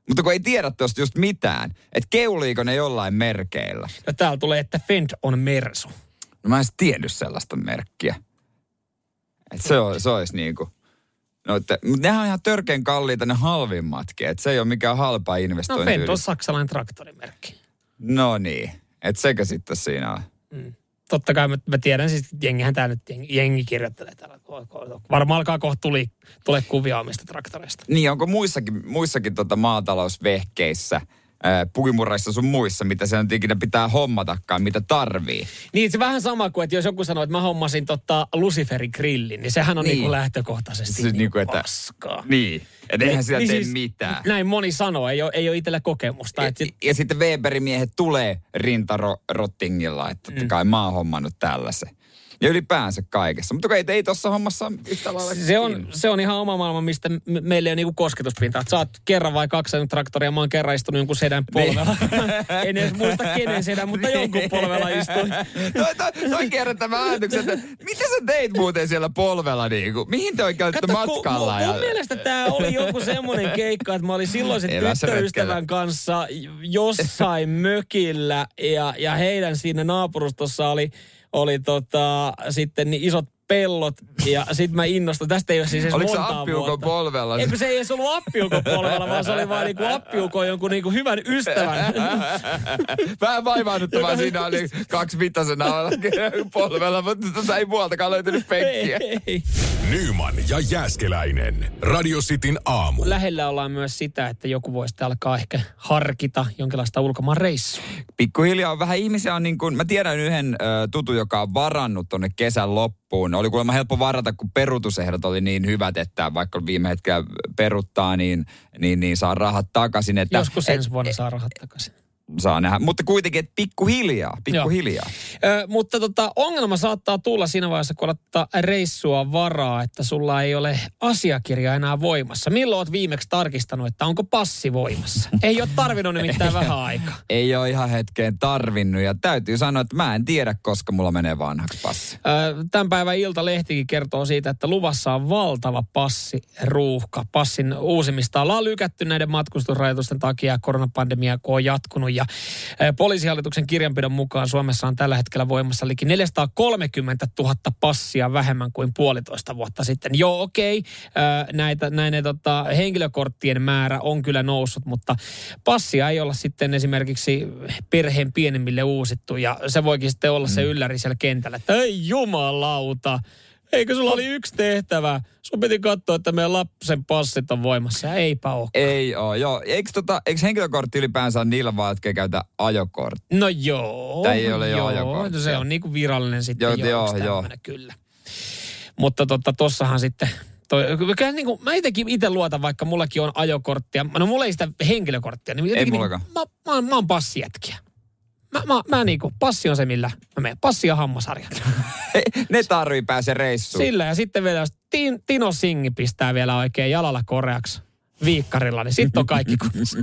Mutta kun ei tiedä tuosta just mitään, että keuliiko ne jollain merkeillä. Ja täällä tulee, että Fend on Mersu. No mä en edes tiennyt sellaista merkkiä. Et se, on, se olisi niinku... No, että, mutta nehän on ihan törkeen kalliita ne halvimmatkin. Et se ei ole mikään halpa No investointi. Fend on saksalainen traktorimerkki. no niin. Et sekö sitten siinä on? Totta kai mä, mä tiedän, siis jengihän tää nyt, jengi, jengi kirjoittelee täällä. Ko- ko- Varmaan alkaa kohta tuli, tulee kuvia omista traktoreista. Niin, onko muissakin, muissakin tota maatalousvehkeissä, ää, puimuraissa sun muissa, mitä se nyt ikinä pitää hommatakaan, mitä tarvii? Niin se vähän sama kuin, että jos joku sanoo, että mä hommasin tota Luciferin grillin, niin sehän on Niin. niin. niinku lähtökohtaisesti Se se, on niinku, niinku, että- paskaa. siis Niin. Et eihän sillä tee mitään. Näin moni sanoo, ei ole, ei ole itsellä kokemusta. Et, Ja, ja sitten Weberin miehet tulee rintarottingilla, Mm. että totta kai mä oon hommannut tällaisen. Ja ylipäänsä kaikessa. Mutta kun ei, ei tuossa hommassa ole yhtä lailla se, on, kiinni. se on ihan oma maailma, mistä me- meillä ei ole niinku kosketuspintaa. Et Sä oot kerran vai kaksi ajanut traktoria, mä oon kerran istunut jonkun sedän Niin. polvella. en edes muista kenen sedän, mutta jonkun polvella istuin. toi, toi, toi kierrättävä ajatuksen, että mitä sä teit muuten siellä polvella niinku? Mihin te oikein olitte kun- matkalla? mun, mun mielestä tämä oli joku semmoinen keikka, että mä olin silloisen Elässä retkellä. tyttöystävän kanssa jossain mökillä ja, ja heidän siinä naapurustossa oli, oli tota, sitten niin isot pellot ja sitten mä innostuin. Tästä ei ole siis edes Oliko se montaa appiukon vuotta. polvella? Eikö se ei edes ollut appiukon polvella, vaan se oli vaan niinku appiukon jonkun niinku hyvän ystävän. Vähän vaivaannuttavaa siinä oli kaksi mittaisena polvella, mutta tätä ei muualtakaan löytynyt penkkiä. Ei. Nyman ja Jääskeläinen. Radio Cityn aamu. Lähellä ollaan myös sitä, että joku voisi alkaa ehkä harkita jonkinlaista ulkomaan reissua. pikkuhiljaa on vähän ihmisiä on niin kuin, mä tiedän yhden ö, tutun, joka on varannut tonne kesän loppuun. Oli kuulemma helppo varata, kun peruutusehdot oli niin hyvät, että vaikka viime hetkellä peruttaa, niin, niin, niin saa rahat takaisin. Että, Joskus et- ensi vuonna saa rahat takaisin. saa nähdä, mutta kuitenkin, että pikkuhiljaa, pikkuhiljaa. Ö, mutta tota, ongelma saattaa tulla siinä vaiheessa, kun ottaa reissua varaa, että sulla ei ole asiakirja enää voimassa. Milloin oot viimeksi tarkistanut, että onko passi voimassa? Ei ole tarvinnut nimittäin vähän aikaa. Ei ole ihan hetkeen tarvinnut ja täytyy sanoa, että mä en tiedä, koska mulla menee vanhaksi passi. Ö, Tämän päivän Iltalehtikin kertoo siitä, että luvassa on valtava passiruuhka. Passin uusimista ollaan lykätty näiden matkustusrajoitusten takia ja koronapandemia kun on jatkunut. Ja ö, poliisihallituksen kirjanpidon mukaan Suomessa on tällä hetkellä voimassa liki 430 000 passia vähemmän kuin puolitoista vuotta sitten. Joo, okei. ö, Näitä, näiden tota, henkilökorttien määrä on kyllä noussut, mutta passia ei olla sitten esimerkiksi perheen pienemmille uusittu. Ja se voikin sitten olla se ylläri siellä kentällä, että ei jumalauta, eikö sulla oli yksi tehtävä? Sun piti katsoa, että meidän lapsen passit on voimassa ja eipä ole. Ei oo, joo. Eikö, tota, eikö henkilökortti ylipäänsä ole niillä vaan, jotka ei käytä ajokorttia? No joo. Tää ei ole jo joo, ajokortti. no se on niinku virallinen sitten Joo, joo, joo, joo, joo. tämmönen, kyllä. Mutta tota, tossahan sitten, toi, kyllä niin kuin, mä itsekin itse luotan, vaikka mullakin on ajokorttia. No mulla ei sitä henkilökorttia. Niin jotenkin mullakaan. Niin, mä, mä, oon- mä, oon passijätkiä. Mä, mä, mä niinku, passi on se millä mä menen. Passi ja hammasarja. ne tarvii pääse reissuun. Sillä ja sitten vielä, jos Tin, Tino Singi pistää vielä oikein jalalla koreaksi viikkarilla, niin sitten on kaikki kunnossa.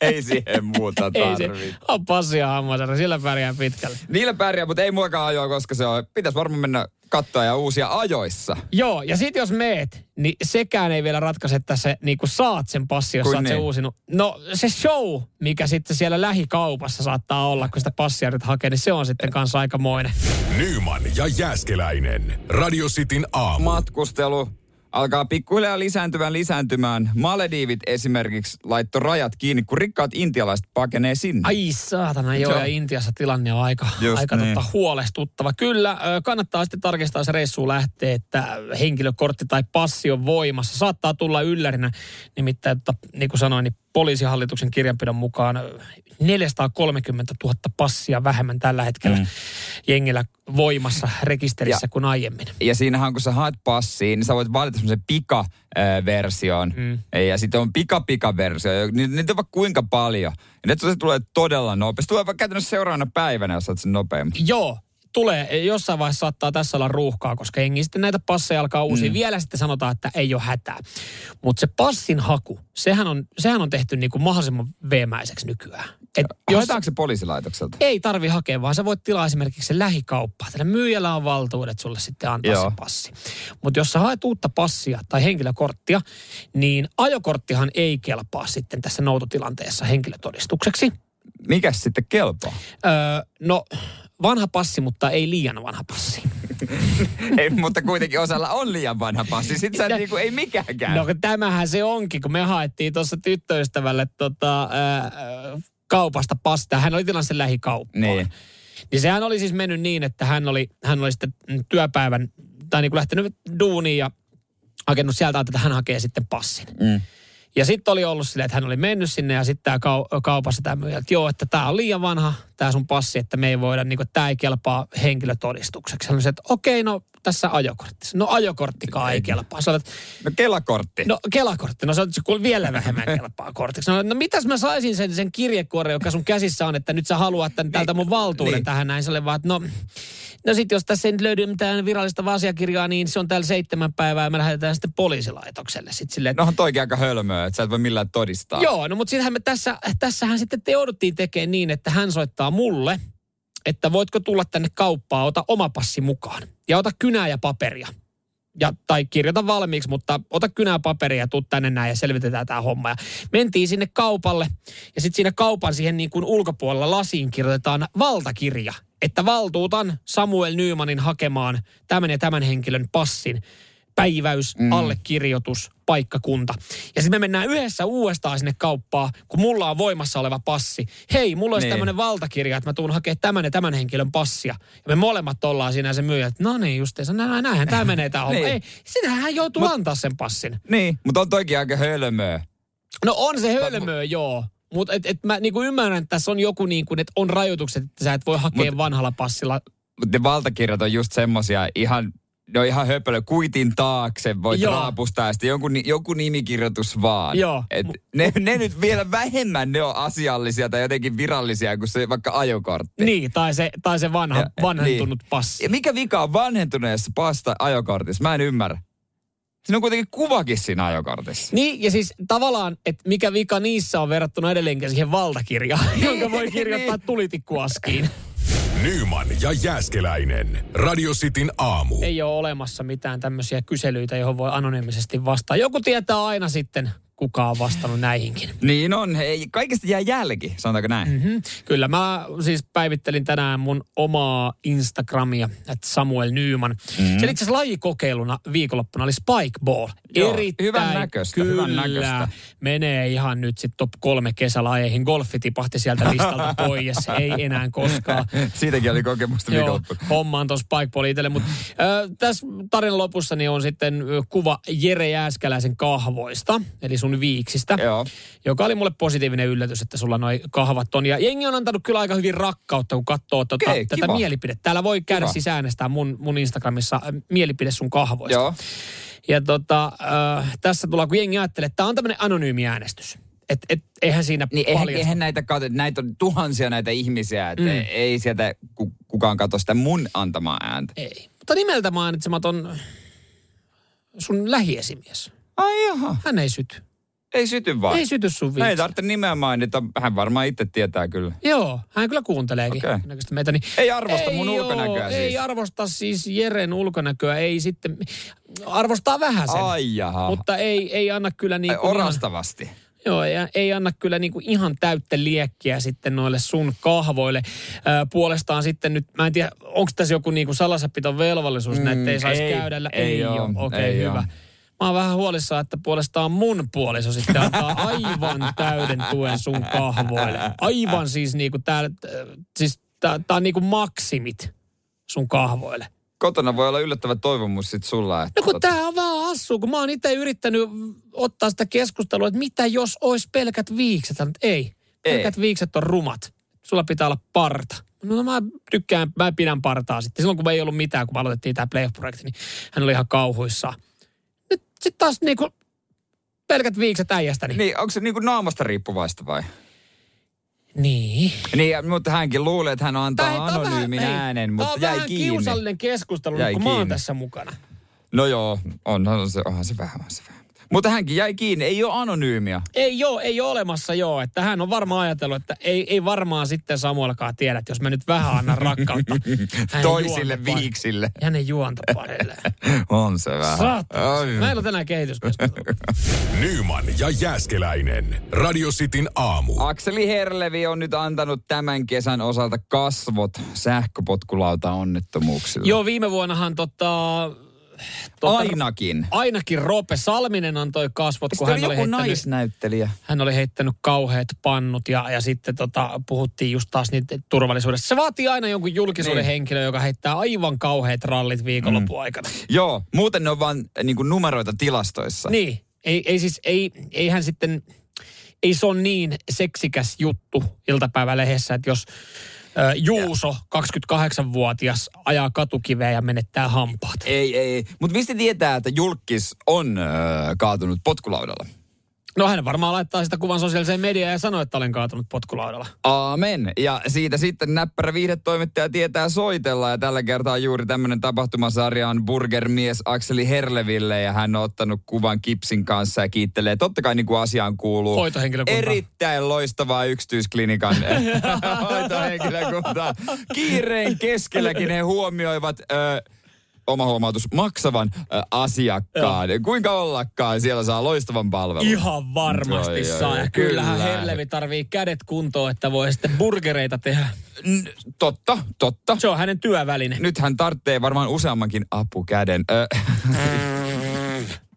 ei siihen muuta ei se, tarvitse. on passi ja hammasarja, sillä pärjää pitkälle. Niillä pärjää, mutta ei muakaan ajoa, koska se on. Pitäisi varmaan mennä kattoa ja uusia ajoissa. Joo, ja sit jos meet, niin sekään ei vielä ratkaise, että se niin saat sen passi, jos Kuin saat sen niin? uusinut. No se show, mikä sitten siellä lähikaupassa saattaa olla, kun sitä passia nyt hakee, niin se on sitten kanssa aikamoinen. Nyman ja Jääskeläinen. Radio Cityn aamu. Matkustelu alkaa pikkuhiljaa lisääntyvään lisääntymään. Malediivit esimerkiksi laittoi rajat kiinni, kun rikkaat intialaiset pakenee sinne. Ai saatana, Niin. joo, Joo. ja Intiassa tilanne on aika, Just aika niin. tota, huolestuttava. Kyllä, ö, kannattaa sitten tarkistaa, jos reissuun lähtee, että henkilökortti tai passi on voimassa. Saattaa tulla yllärinä, nimittäin tota, niin kuin sanoin, niin poliisihallituksen kirjanpidon mukaan 430 000 passia vähemmän tällä hetkellä mm. jengillä voimassa rekisterissä ja. kuin aiemmin. Ja siinähän, kun sä haet passiin, niin sä voit valita semmoisen pika-version. Mm. Ja sitten on pika-pika-versio. Ja ni- Niitä on vaikka kuinka paljon. Ja nyt se tulee todella nopeasti. Tulee vaikka käytännössä seuraavana päivänä, jos saat sen nopeammin. Joo, tulee, jossain vaiheessa saattaa tässä olla ruuhkaa, koska jengi sitten näitä passeja alkaa uusia. Mm. Vielä sitten sanotaan, että ei ole hätää. Mutta se passin haku, sehän on, sehän on tehty niin kuin mahdollisimman veemäiseksi nykyään. Et Jos... jos Haetaanko se poliisilaitokselta? ei tarvi hakea, vaan sä voit tilaa esimerkiksi sen lähikauppaa. Tällä myyjällä on valtuudet sulle sitten antaa Joo. Joo. se passi. Mutta jos sä haet uutta passia tai henkilökorttia, niin ajokorttihan ei kelpaa sitten tässä noutotilanteessa henkilötodistukseksi. Mikäs sitten kelpaa? Öö, no, vanha passi, mutta ei liian vanha passi. ei, mutta kuitenkin osalla on liian vanha passi. Sitten sä niinku, ei mikään käy. No kun tämähän se onkin, kun me haettiin tuossa tyttöystävälle tota, ää, ää, kaupasta pastaa. Hän oli tilannut sen lähikauppaan. Niin. niin sehän oli siis mennyt niin, että hän oli, hän oli sitten mm, työpäivän, tai niin kuin lähtenyt duuniin ja hakenut sieltä, että hän hakee sitten passin. Mm. Ja sitten oli ollut silleen, että hän oli mennyt sinne ja sitten tämä kau- kaupassa tämä myyjä, että joo, että tämä on liian vanha, tämä sun passi, että me ei voida, niin kuin, tämä ei kelpaa henkilötodistukseksi. Hän sanoi, että okei, no tässä ajokortti. No ajokorttikaan Niin. ei kelpaa. Sä olet, No kelakortti. No Kelakortti, no se on se kuule vielä vähemmän kelpaa kortiksi. No, no mitäs mä saisin sen, sen kirjekuoren, joka sun käsissä on, että nyt sä haluat tän, tältä mun valtuuden Niin. niin. tähän näin. Se oli vaan, että no, no sit jos tässä ei nyt löydy mitään virallista asiakirjaa, niin se on täällä seitsemän päivää ja me lähetetään sitten poliisilaitokselle. Sit silleen, että Nohan No, toikin aika hölmöä, että sä et voi millään todistaa. Joo, no mutta sittenhän me tässä, tässähän sitten te jouduttiin tekemään niin, että hän soittaa mulle, että voitko tulla tänne kauppaan, ota oma passi mukaan. Ja ota kynää ja paperia. Ja, tai kirjoita valmiiksi, mutta ota kynää paperia ja tuu tänne näin ja selvitetään tämä homma. Ja mentiin sinne kaupalle ja sitten siinä kaupan siihen niin kuin ulkopuolella lasiin kirjoitetaan valtakirja, että valtuutan Samuel Nymanin hakemaan tämän ja tämän henkilön passin päiväys, mm. allekirjoitus, paikkakunta. Ja sitten me mennään yhdessä uudestaan sinne kauppaan, kun mulla on voimassa oleva passi. Hei, mulla olisi Niin. niin. tämmöinen valtakirja, että mä tuun hakemaan tämän ja tämän henkilön passia. Ja me molemmat ollaan siinä ja se myyjä, että no niin justiinsa, nä- nä- näinhän tämä menee tämä homma. Niin. Ei, sitähän hän joutuu Mut... antaa sen passin. Niin, mutta on toikin aika hölmöä. No on se hölmöä, joo. Mutta et, et mä niinku ymmärrän, että tässä on joku niinku, että on rajoitukset, että sä et voi hakea Mut- Mut... vanhalla passilla. Mutta ne valtakirjat on just semmosia ihan, ne on ihan höpölö. Kuitin taakse voit Joo. Joo. raapustaa ja sitten jonkun, ni- joku nimikirjoitus vaan. Joo. Et ne, ne, nyt vielä vähemmän ne on asiallisia tai jotenkin virallisia kuin se vaikka ajokortti. Niin, tai se, tai se vanha, Ja- vanhentunut niin. passi. Ja mikä vika on vanhentuneessa pasta ajokortissa? Mä en ymmärrä. Siinä on kuitenkin kuvakin siinä ajokortissa. Niin, ja siis tavallaan, että mikä vika niissä on verrattuna edelleenkin siihen valtakirjaan, jonka voi kirjoittaa niin. tulitikkuaskiin. Nyman ja Jääskeläinen. Radio Cityn aamu. Ei ole olemassa mitään tämmöisiä kyselyitä, johon voi anonyymisesti vastata. Joku tietää aina sitten, kuka on vastannut näihinkin. Niin on, ei, kaikesta jää jälki, sanotaanko näin. Mm-hmm. Mm, Kyllä, mä siis päivittelin tänään mun omaa Instagramia, että Samuel Nyyman. Hmm. Mm. Se itse asiassa lajikokeiluna viikonloppuna oli Spikeball. Joo, Erittäin hyvän näköistä, kyllä, hyvän näköistä. menee ihan nyt sitten top kolme kesälajeihin. Golfi tipahti sieltä listalta pois, ei enää koskaan. Siitäkin oli kokemusta Joo, viikonloppuna. homma on tuossa Spikeballin itselle. Mutta tässä tarinan lopussa niin on sitten ö, kuva Jere Jääskäläisen kahvoista, eli sun viiksistä Joo. joka oli mulle positiivinen yllätys, että sulla noi kahvat on. Ja jengi on antanut kyllä aika hyvin rakkautta, kun katsoo tuota, Okei, tätä kiva. mielipidettä. Täällä voi käydä Kiva. siis äänestää mun, mun Instagramissa äh, mielipide sun kahvoista. Joo. Ja tota, äh, tässä tullaan, kun jengi ajattelee, että tämä on tämmöinen anonyymi äänestys. Et, et, eihän siinä Niin eihän, paljon... eihän näitä, kato, näitä on tuhansia näitä ihmisiä, että mm. Mm. ei sieltä ku, kukaan katso sitä mun antamaa ääntä. Ei. Mutta nimeltä mainitsematon sun lähiesimies. Ai jaha, Hän ei syty. ei syty vaan. Ei syty sun ei viiksi. tarvitse nimeä mainita, hän varmaan itse tietää kyllä. Joo, hän kyllä kuunteleekin Okei. okay. meitä. Niin Ei arvosta ei mun joo, ulkonäköä siis. Ei arvosta siis Jeren ulkonäköä, ei sitten, arvostaa vähän sen. Ai jaha, Mut, Mutta ei, ei anna kyllä ei, niinku Ihan, orastavasti. joo, ei, ei anna kyllä niinku ihan täyttä liekkiä sitten noille sun kahvoille. Ö, puolestaan sitten nyt, mä en tiedä, onko tässä joku niinku salasapiton velvollisuus, mm, että ei saisi ei, käydä. lä- ei oo, oo, okei ei oo. hyvä. Mä oon vähän huolissaan, että puolestaan mun puoliso sitten antaa aivan täyden tuen sun kahvoille. Aivan siis niinku tää, t- siis tää, tää on niinku maksimit sun kahvoille. kotona voi olla yllättävä toivomus sit sulla. Että No kun tota- tää on vähän assu, kun mä oon itse yrittänyt ottaa sitä keskustelua, että mitä jos olisi pelkät viikset? Sanoin, että ei, pelkät viikset on rumat. Sulla pitää olla parta. No, no mä tykkään, mä pidän partaa sitten. Silloin kun me ei ollut mitään, kun me aloitettiin tämä playoff-projekti, niin hän oli ihan kauhuissaan. Nyt sitten taas niinku pelkät viikset äijästäni. Niin. Niin, onko se niinku naamasta riippuvaista vai? niin. Niin, ja- mutta hänkin luulee, että hän antaa Tää- tää on anonyymin vähän- ei, äänen, tää mutta on jäi vähän kiinni. kiusallinen keskustelu, Jäi kun mä oon kiinni. tässä mukana. No joo, on, on se, onhan se vähän, on se vähän. Mutta hänkin jäi kiinni, ei ole anonyymiä. Ei joo, ei ole olemassa joo. Että hän on varmaan ajatellut, että ei, ei varmaan sitten Samuelkaan tiedä, että jos mä nyt vähän annan rakkautta. hänen Toisille juontopar- viiksille. Ja ne juontoparille. On se vähän. Saattaa. Ai. Meillä on tänään kehityskeskustelu. Nyman ja Jääskeläinen. Radio Cityn aamu. Akseli Herlevi on nyt antanut tämän kesän osalta kasvot sähköpotkulauta onnettomuuksille. joo, viime vuonnahan tota... tota Ainakin. Ainakin Rope Salminen antoi kasvot, kun Sitten hän oli oli, joku heittänyt, naisnäyttelijä. hän oli heittänyt kauheat pannut ja, ja sitten tota, puhuttiin just taas niitä turvallisuudesta. Se vaatii aina jonkun julkisuuden Niin. Mm. henkilön, joka heittää aivan kauheat rallit viikonlopun aikana. Joo, muuten ne on vaan niin kuin numeroita tilastoissa. Niin, ei, ei siis, ei, eihän sitten, ei se ole niin seksikäs juttu iltapäivälehdessä, että jos ö, Juuso, 28-vuotias, ajaa katukiveä ja menettää hampaat. Ei, ei. Mutta mistä tietää, että julkis on öö, kaatunut potkulaudalla? No hän varmaan laittaa sitä kuvan sosiaaliseen mediaan ja sanoo, että olen kaatunut potkulaudalla. Aamen. Ja siitä sitten näppärä viihdetoimittaja tietää soitella. Ja tällä kertaa juuri tämmöinen tapahtumasarja on burgermies Akseli Herleville. Ja hän on ottanut kuvan kipsin kanssa ja kiittelee. Totta kai niin kuin asiaan kuuluu. Hoitohenkilökunta. Erittäin loistavaa yksityisklinikan hoitohenkilökuntaa. Kiireen keskelläkin he huomioivat... Ö, oma huomautus, maksavan ö, asiakkaan. Kuinka ollakaan, siellä saa loistavan palvelun. Ihan varmasti Joo, joo, saa. joo, ja kyllähän kyllä. Herlevi tarvii kädet kuntoon, että voi sitten burgereita tehdä. N- totta, totta. Se on hänen työväline. nyt hän tarvitsee varmaan useammankin apukäden. Ö,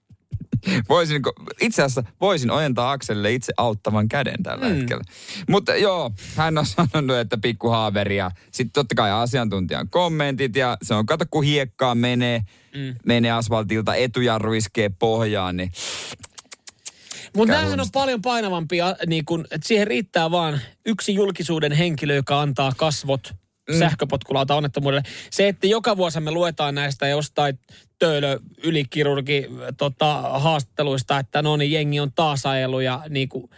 voisin, itse asiassa voisin ojentaa Akselille itse auttavan käden tällä mm. hetkellä. Mutta joo, hän on sanonut, että pikku haaveria. Sitten totta kai asiantuntijan kommentit ja se on, kato kun hiekkaa menee, mm. menee asfaltilta, etujarru iskee pohjaan, niin Mutta Mikä näähän on huomista? paljon painavampia, niin kun, että siihen riittää vaan yksi julkisuuden henkilö, joka antaa kasvot mm. sähköpotkulauta onnettomuudelle. Se, että joka vuosi me luetaan näistä jostain töölö ylikirurgi tota, haastatteluista, että no niin, jengi on taas ajellut ja niin kuin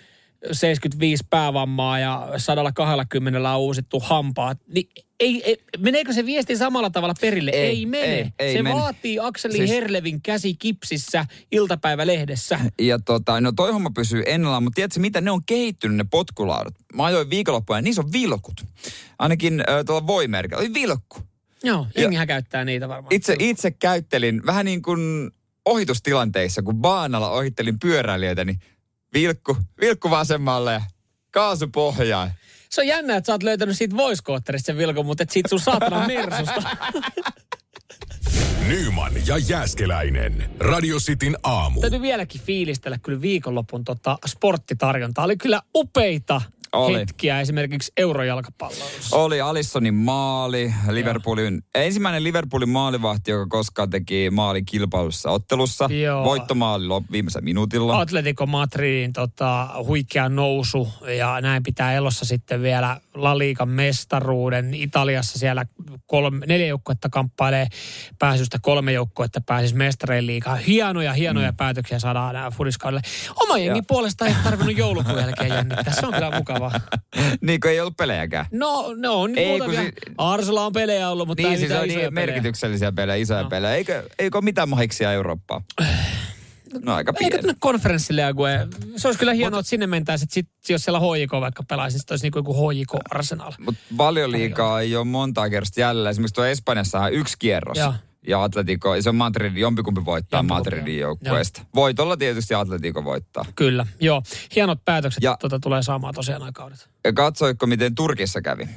75 päävammaa ja 120 on uusittu hampaat. Niin ei, ei, meneekö se viesti samalla tavalla perille? Ei, Ei, ei mene. ei, ei se mene. vaatii Akseli Siis- siis... Herlevin käsi kipsissä iltapäivälehdessä. Ja tota, no toi homma pysyy ennallaan, mutta tiedätkö mitä, ne on kehittynyt ne potkulaudat. Mä ajoin viikonloppuna ja niissä on vilkut. Ainakin äh, tuolla voimerkillä oli vilkku. Joo, jengihän käyttää niitä varmaan. Itse, itse käyttelin vähän niin kuin ohitustilanteissa, kun baanalla ohittelin pyöräilijöitä, niin vilkku, vilkku vasemmalle ja kaasu pohjaan. Se on jännä, että sä oot löytänyt siitä voiskootterista sen vilkon, mutta et siitä sun saatana mersusta. Nyman ja Jääskeläinen. Radio Cityn aamu. Täytyy vieläkin fiilistellä kyllä viikonlopun tota sporttitarjontaa. Oli kyllä upeita Oli. hetkiä esimerkiksi eurojalkapallossa. Oli Alissonin maali, Liverpoolin, ensimmäinen Liverpoolin maalivahti, joka koskaan teki maalin kilpailussa ottelussa. Joo. Voittomaali lop- viimeisellä minuutilla. Atletico Madridin tota, huikea nousu ja näin pitää elossa sitten vielä La Ligan mestaruuden. Italiassa siellä kolme, neljä joukkuetta kamppailee pääsystä, kolme joukkuetta pääsisi mestareen liikaa. Hienoja, hienoja mm. päätöksiä saadaan nää fudiskaudelle. Oma jengi Joo. puolestaan ei tarvinnut joulukuun jälkeen jännittää. Se on kyllä mukavaa. niin kuin ei ollut pelejäkään. No, no on Ei, ei, muutamia. kun Si- si- Arsala on pelejä ollut, mutta Niin, ei siis mitään on isoja niin pelejä. merkityksellisiä pelejä, isoja no. pelejä. Eikö, eikö ole mitään mahiksia Eurooppaa? No aika Eikö pieni. tänne konferenssille Ague? Se olisi kyllä hienoa, että sinne mentäisiin, että sit, jos siellä HJK vaikka pelaisi, niin sit olisi niin kuin joku HJK Arsenal. Mutta valioliikaa ei ole monta kertaa jäljellä. Esimerkiksi tuo Espanjassahan yksi kierros. Ja, Joo. ja Atletico, se on Madrid, jompikumpi voittaa Jompikumpi, Madridin joo. joukkueesta. Voitolla tietysti Atletico voittaa. Kyllä, joo. Hienot päätökset Ja- ja. Tuota, tulee saamaan tosiaan nämä kaudet. Ja katsoitko, miten Turkissa kävi?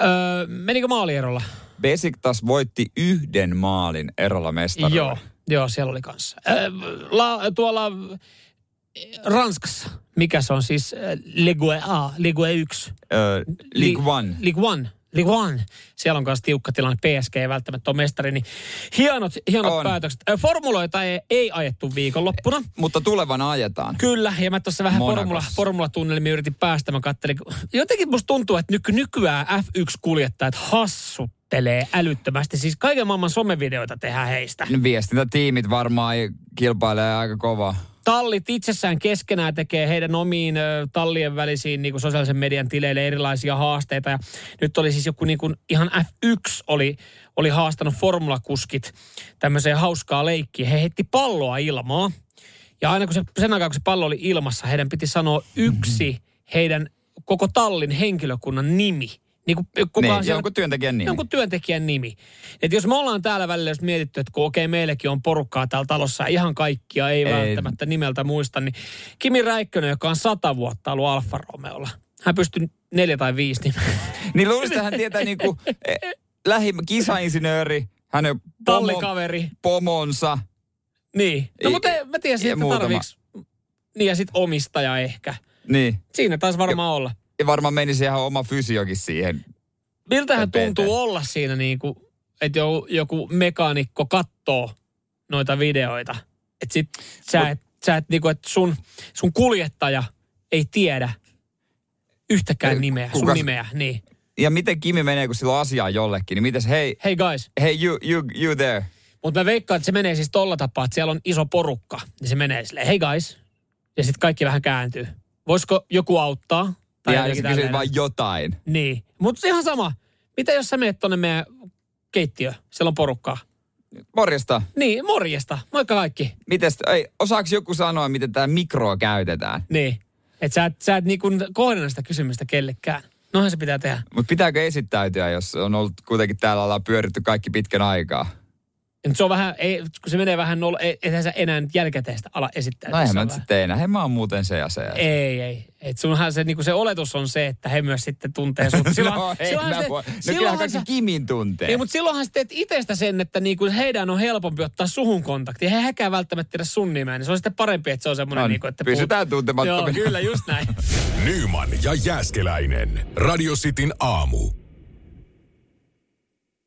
Öö, menikö maalierolla? Besiktas voitti yhden maalin erolla mestaruuden. Joo, joo, siellä oli kanssa. Öö, la, tuolla eh, Ranskassa, mikä se on siis? eh, Öö, Ligue A, Ligue 1. Ö, Ligue 1. Ligue 1. Liwan. Siellä on myös tiukka tilanne. PSG ei välttämättä ole mestari, niin hienot, hienot On. päätökset. Ö, Formuloita ei, ei ajettu viikonloppuna. Mutta tulevana ajetaan. Kyllä, ja mä tuossa vähän Monacossa. formula, formulatunnelmiin yritin päästä. Mä kattelin, kun- jotenkin musta tuntuu, että nyky, nykyään F1-kuljettajat hassuttelee älyttömästi. Siis kaiken maailman somevideoita tehdään heistä. Viestintätiimit varmaan ei- kilpailee aika kovaa. Tallit itsessään keskenään tekee heidän omiin ö, tallien välisiin niin kuin sosiaalisen median tileille erilaisia haasteita. Ja nyt oli siis joku niin kuin, ihan F1 oli, oli haastanut formulakuskit tämmöiseen hauskaa leikkiä. He heitti palloa ilmaa. Ja aina kun se, sen aikaa, kun se pallo oli ilmassa, heidän piti sanoa yksi heidän koko tallin henkilökunnan nimi. Niin kuin kukaan niin, siellä- jonkun työntekijän nimi. jonkun työntekijän nimi. Et jos me ollaan täällä välillä just mietitty, että kun okei, meilläkin on porukkaa täällä talossa, ja ihan kaikkia ei, ei. Ei. välttämättä nimeltä muista, niin Kimi Räikkönen, joka on sata vuotta ollut Alfa Romeolla, hän pystyy neljä tai viisi nimeä. Niin luulisin, että hän tietää niinku eh, lähimmä kisainsinööri, hänen pomo, Tallikaveri. pomonsa. Niin. No Ei- mutta ei- mä ei tiesin, että muutama. tarviiks. Niin ja sitten omistaja ehkä. Niin. Siinä taisi varmaan olla. Ja varmaan menisi ihan oma fysiokin siihen. Miltähän Ja tuntuu olla siinä niin kuin, että joku, joku mekaanikko kattoo noita videoita. Että sit sä et, sä et niinku, että sun, sun kuljettaja ei tiedä yhtäkään Ei, nimeä, kuka- sun nimeä, niin. Ja miten Kimi menee, kun sillä on asiaa jollekin, niin mites, hei, Hei guys. hei you, you, you there. Mutta mä veikkaan, että se menee siis tolla tapaa, että siellä on iso porukka. Niin se menee silleen, hei guys. Ja sitten kaikki vähän kääntyy. Voisiko joku auttaa? Tai ja jotenkin sä kysyt tällainen. vaan jotain. Niin, mutta ihan sama. Mitä jos sä menet tonne meidän keittiöön? Siellä on porukkaa. Morjesta. Niin, morjesta. Moikka kaikki. Mites, ei, osaaks joku sanoa, miten tämä mikroa käytetään? Niin. Että sä et, sä et niinku kohdenna sitä kysymystä kellekään. Nohan se pitää tehdä. Mutta pitääkö esittäytyä, jos on ollut kuitenkin täällä ollaan pyöritty kaikki pitkän aikaa? Ja nyt se on vähän, ei, kun se menee vähän nolla, ei- eihän sä enää nyt jälkikäteen sitä ala esittää. No eihän Se mä on nyt vähän- sitten enää. Hei mä oon muuten se ja se. Ja se. Ei, ei. Et sunhan se, niinku se oletus on se, että he myös sitten tuntee sut. no, ei, silloinhan mä se- voi. No kyllähän silloinhan kaikki sä- Kimin tuntee. Ei, mutta silloinhan sä teet itsestä sen, että niinku heidän on helpompi ottaa suhun kontakti. Eihän häkään välttämättä tiedä sun nimeä, niin se on sitten parempi, että se on semmoinen, On. niinku, että Pysytään tuntemattomina. Joo, kyllä, just näin. Nyman ja Jääskeläinen. Radio Cityn aamu.